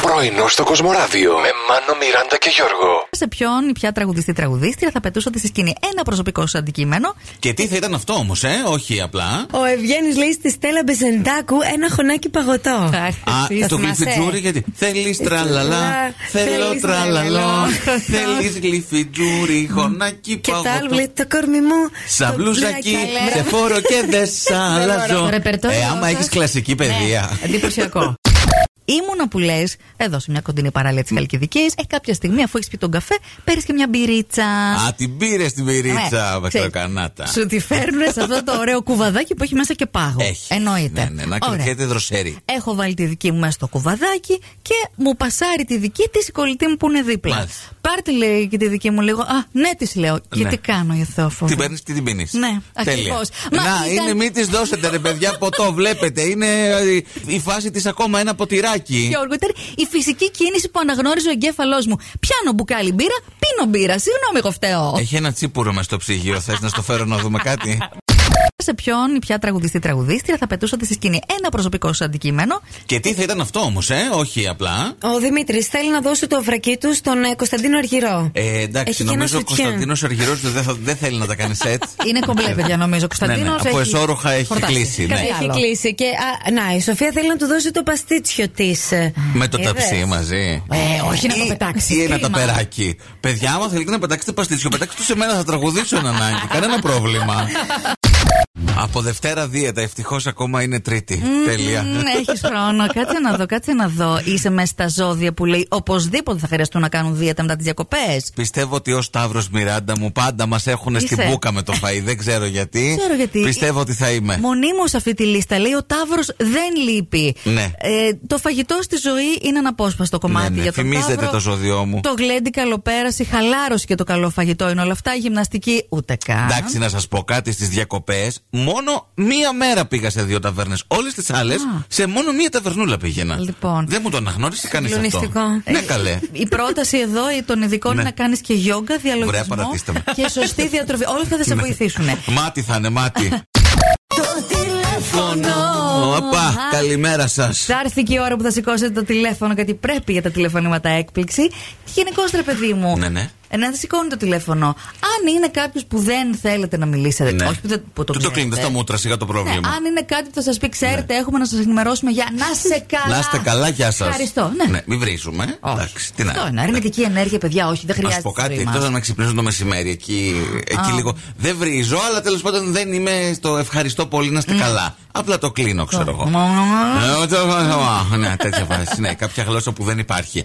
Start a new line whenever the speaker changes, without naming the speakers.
Πρωινό στο Κοσμοράδιο με Μάνο, Μιράντα και Γιώργο.
σε ποιον ή ποια τραγουδιστή τραγουδίστρια θα πετούσατε στη σκηνή. Ένα προσωπικό σου αντικείμενο.
Και τι θα ήταν αυτό όμως, ε, όχι απλά.
Ο Ευγέννη λέει στη Στέλλα Μπεζεντάκου ένα χωνάκι παγωτό.
Α, το
θυμάσαι.
γλυφιτζούρι γιατί. Θέλεις τραλαλά, θέλω
Θέλεις
τραλαλό.
τραλαλό.
Θέλεις γλυφιτζούρι, χωνάκι
Και τα άλλο λέει
παγωτό.
το κορμί μου.
Σαν
το
μπλουζάκι,
μπλάκι».
σε φόρο και δεν σ' αλλάζω.
Ρεπερτόριο Ναι.
Ε, άμα
σας.
έχει κλασική παιδεία.
Εντυπωσιακό. Ήμουνα που λες, εδώ σε μια κοντινή παραλία της Χαλκιδικής, ε, κάποια στιγμή αφού έχεις πει τον καφέ, παίρνεις και μια μπυρίτσα.
Α, την πήρες την πυρίτσα,
Ναι, ξέρεις,
βακτροκανάτα.
Σου τη φέρνουν σε αυτό το ωραίο κουβαδάκι που έχει μέσα και πάγο.
Έχει.
Εννοείται.
Ναι, ναι, να
Ωραία.
κλικέται δροσέρι.
Έχω βάλει τη δική μου μέσα στο κουβαδάκι και μου πασάρει τη δική της η κολλητή μου που είναι δίπλα.
Μάλιστα.
Πάρτε λέει και τη δική μου λίγο. Α, ναι, της λέω. Και
Ναι.
τι κάνω, η Θεόφοβη.
Την παίρνεις και την πίνει.
Ναι,
τέλεια.
ακριβώς.
Να,
Μα ήταν-
είναι, μην της δώσετε ρε παιδιά ποτό, βλέπετε. Είναι ε, η- η φάση της ακόμα ένα ποτηράκι.
Γιώργο, ήταν η φυσική κίνηση που αναγνώριζε ο εγκέφαλός μου. Πιάνω μπουκάλι μπύρα, πίνω μπύρα. Συγγνώμη, εγώ φταίω.
Έχει ένα τσίπουρο μες στο ψυγείο. Θες να στο φέρω να δούμε κάτι.
Σε ποιον ή ποια τραγουδιστή τραγουδίστρια θα πετούσατε στη σκηνή ένα προσωπικό σου αντικείμενο.
Και τι θα ήταν αυτό όμως, ε, όχι απλά.
Ο Δημήτρης θέλει να δώσει το βρακί του στον ε, Κωνσταντίνο Αργυρό.
Ε, εντάξει,
Έχει και ένα
νομίζω ο
σουτιέν.
Κωνσταντίνος Αργυρός δεν, θα- δεν θέλει να τα κάνει σετ.
Είναι κομπλέ, παιδιά, νομίζω. Κωνσταντίνο.
Ναι, ναι, από εσόρουχα έχει κλείσει, ναι.
Έχει κλείσει. Και α, να, η Σοφία θέλει να του δώσει το παστίτσιο ε. τη.
Με το ταψί μαζί.
Ε, όχι να το
Ή-
πετάξει.
Ή ένα
Κρίμα.
ταπεράκι. Παιδιά, άμα θέλετε να πετάξετε παστίτσιο, πετάξτε το σε μένα, θα τραγουδήσω αν ανάγκη. Κανένα πρόβλημα. Από Δευτέρα Δίαιτα, ευτυχώς ακόμα είναι Τρίτη. Τέλεια.
Έχεις χρόνο. Κάτσε να δω, κάτσε να δω. Είσαι μέσα στα ζώδια που λέει οπωσδήποτε θα χρειαστούν να κάνουν δίαιτα μετά τις διακοπές.
Πιστεύω ότι ως Σταύρος Μιράντα μου πάντα μας έχουν στην
Είσαι.
μπούκα με το φαΐ. Δεν ξέρω γιατί.
Ξέρω γιατί.
Πιστεύω ότι θα είμαι.
Μονίμως σε αυτή τη λίστα λέει ο Ταύρος δεν λείπει.
Ναι.
Ε, το φαγητό στη ζωή είναι αναπόσπαστο κομμάτι
Ναι, ναι,
για τον
θυμίζεται
Ταύρο.
το ζώδιό μου.
Το γλέντι, καλοπέραση, χαλάρωση και το καλό φαγητό είναι όλα αυτά. Η γυμναστική ούτε καν.
Εντάξει, να σας πω κάτι στις διακοπές. Μόνο μία μέρα πήγα σε δύο ταβέρνες. Όλες τις άλλες σε μόνο μία ταβερνούλα πήγαινα.
Λοιπόν.
Δεν μου το αναγνώρισε κανείς αυτό.
Συγκλονιστικό.
Ναι, καλέ. Ναι.
Η πρόταση εδώ των ειδικών είναι να κάνεις και γιόγκα, διαλογισμό
παρατήστε με. Ναι.
και σωστή διατροφή. Όλα αυτά θα σε βοηθήσουν.
Μάτι θα είναι, μάτι.
Φωνώ.
Οπα, καλημέρα σας.
Θα έρθει και η ώρα που θα σηκώσετε το τηλέφωνο, γιατί πρέπει για τα τηλεφωνήματα έκπληξη. Και γενικώς, ρε παιδί μου.
Ναι, ναι.
ε, Να σηκώνει το τηλέφωνο. Αν είναι κάποιος που δεν θέλετε να μιλήσετε.
Ναι.
Όχι που, δεν, που το
Του το
ξέρετε.
κλείνετε στα μούτρα, σιγά το
Ναι,
πρόβλημα.
αν είναι κάτι που θα σας πει, ξέρετε, έχουμε να σας ενημερώσουμε για να είστε καλά.
Να είστε καλά, γεια σας.
Ευχαριστώ. Ναι.
μην βρίζουμε. ε.
Όχι.
Εντάξει, τι να.
Αυτό είναι. Αρνητική ενέργεια, παιδιά, όχι, δεν
Να
χρειάζεται.
σου Ναι. πω κάτι,
βρήμα.
εκτός αν με ξυπνήσουν το μεσημέρι. Εκεί, εκεί λίγο. Δεν βρίζω, αλλά τέλος πάντων δεν είμαι στο ευχαριστώ πολύ να είστε καλά. Απλά το κλείνω, ξέρω εγώ.
Ναι.
Ε, ο- το- το- Ναι, τέτοια φάση. Ναι, κάποια γλώσσα που δεν υπάρχει.